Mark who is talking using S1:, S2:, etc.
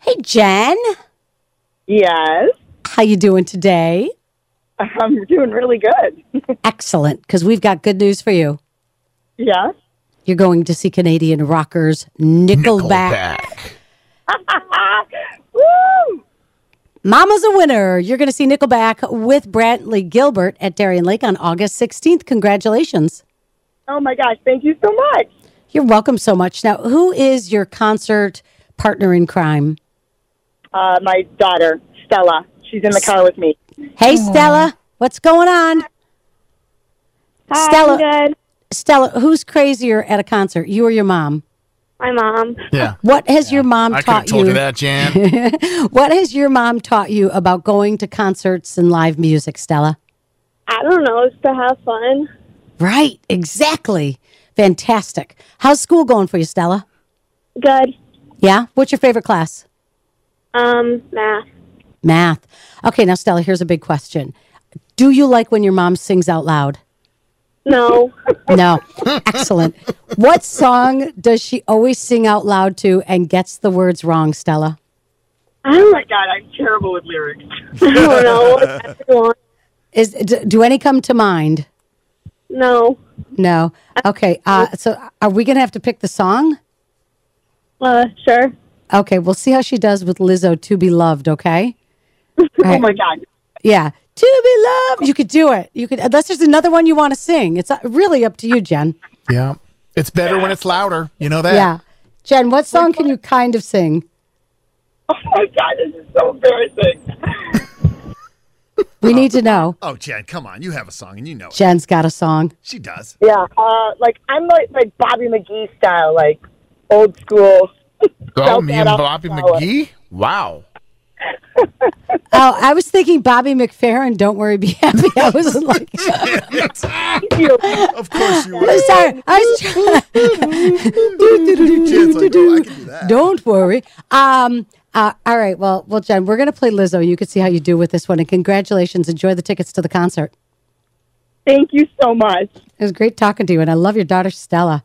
S1: Hey Jen,
S2: Yes,
S1: how you doing today?
S2: I'm doing really good.
S1: Excellent, because we've got good news for you.
S2: yes.
S1: You're going to see Canadian rockers Nickelback.
S2: Woo!
S1: Mama's a winner. You're going to see Nickelback with Brantley Gilbert at Darien Lake on August 16th. Congratulations.
S2: Oh my gosh, thank you so much.
S1: You're welcome so much. Now, who is your concert partner in crime?
S2: Uh, my daughter, Stella, she's in the car with me.
S1: Hey, Stella, what's going on? Stella,
S2: good.
S1: Stella, who's crazier at a concert, you or your mom?
S2: My mom.
S3: Yeah.
S1: What has your mom
S3: I could have
S1: taught
S3: told you that, Jan.
S1: What has your mom taught you about going to concerts and live music, Stella?
S2: I don't know, it's to have fun.
S1: Right, exactly. Fantastic. How's school going for you, Stella?
S2: Good.
S1: Yeah? What's your favorite class?
S2: Um, math.
S1: Math. Okay, now, Stella, here's a big question Do you like when your mom sings out loud?
S2: No.
S1: No. Excellent. What song does she always sing out loud to and gets the words wrong, Stella?
S2: oh my god, I'm terrible with lyrics. I don't know. Everyone.
S1: Is d- do any come to mind?
S2: No.
S1: No. Okay. Uh, so, are we gonna have to pick the song?
S2: Uh, sure.
S1: Okay, we'll see how she does with Lizzo "To Be Loved." Okay.
S2: Oh my god.
S1: Yeah, "To Be Loved." You could do it. You could. Unless there's another one you want to sing. It's uh, really up to you, Jen.
S3: yeah. It's better when it's louder. You know that?
S1: Yeah, Jen. What song can you kind of sing?
S2: Oh my god, this is so embarrassing.
S1: We need to know.
S3: Oh, Jan, come on. You have a song and you know it.
S1: Jen's got a song.
S3: She does.
S2: Yeah, uh, like I'm like like Bobby McGee style, like old school.
S3: Oh,
S2: Felt
S3: me
S2: that
S3: and
S2: out
S3: Bobby
S2: of power.
S3: McGee? Wow.
S1: Oh, I was thinking Bobby McFerrin. Don't worry, be happy. I was like,
S3: Of course you were.
S1: I'm sorry. I was trying.
S3: Jan's like, oh, I "Oh, can do that.
S1: Don't worry. Um, uh, all right. Well, well, Jen, we're going to play Lizzo. You can see how you do with this one. And congratulations. Enjoy the tickets to the concert.
S2: Thank you so much.
S1: It was great talking to you, and I love your daughter Stella.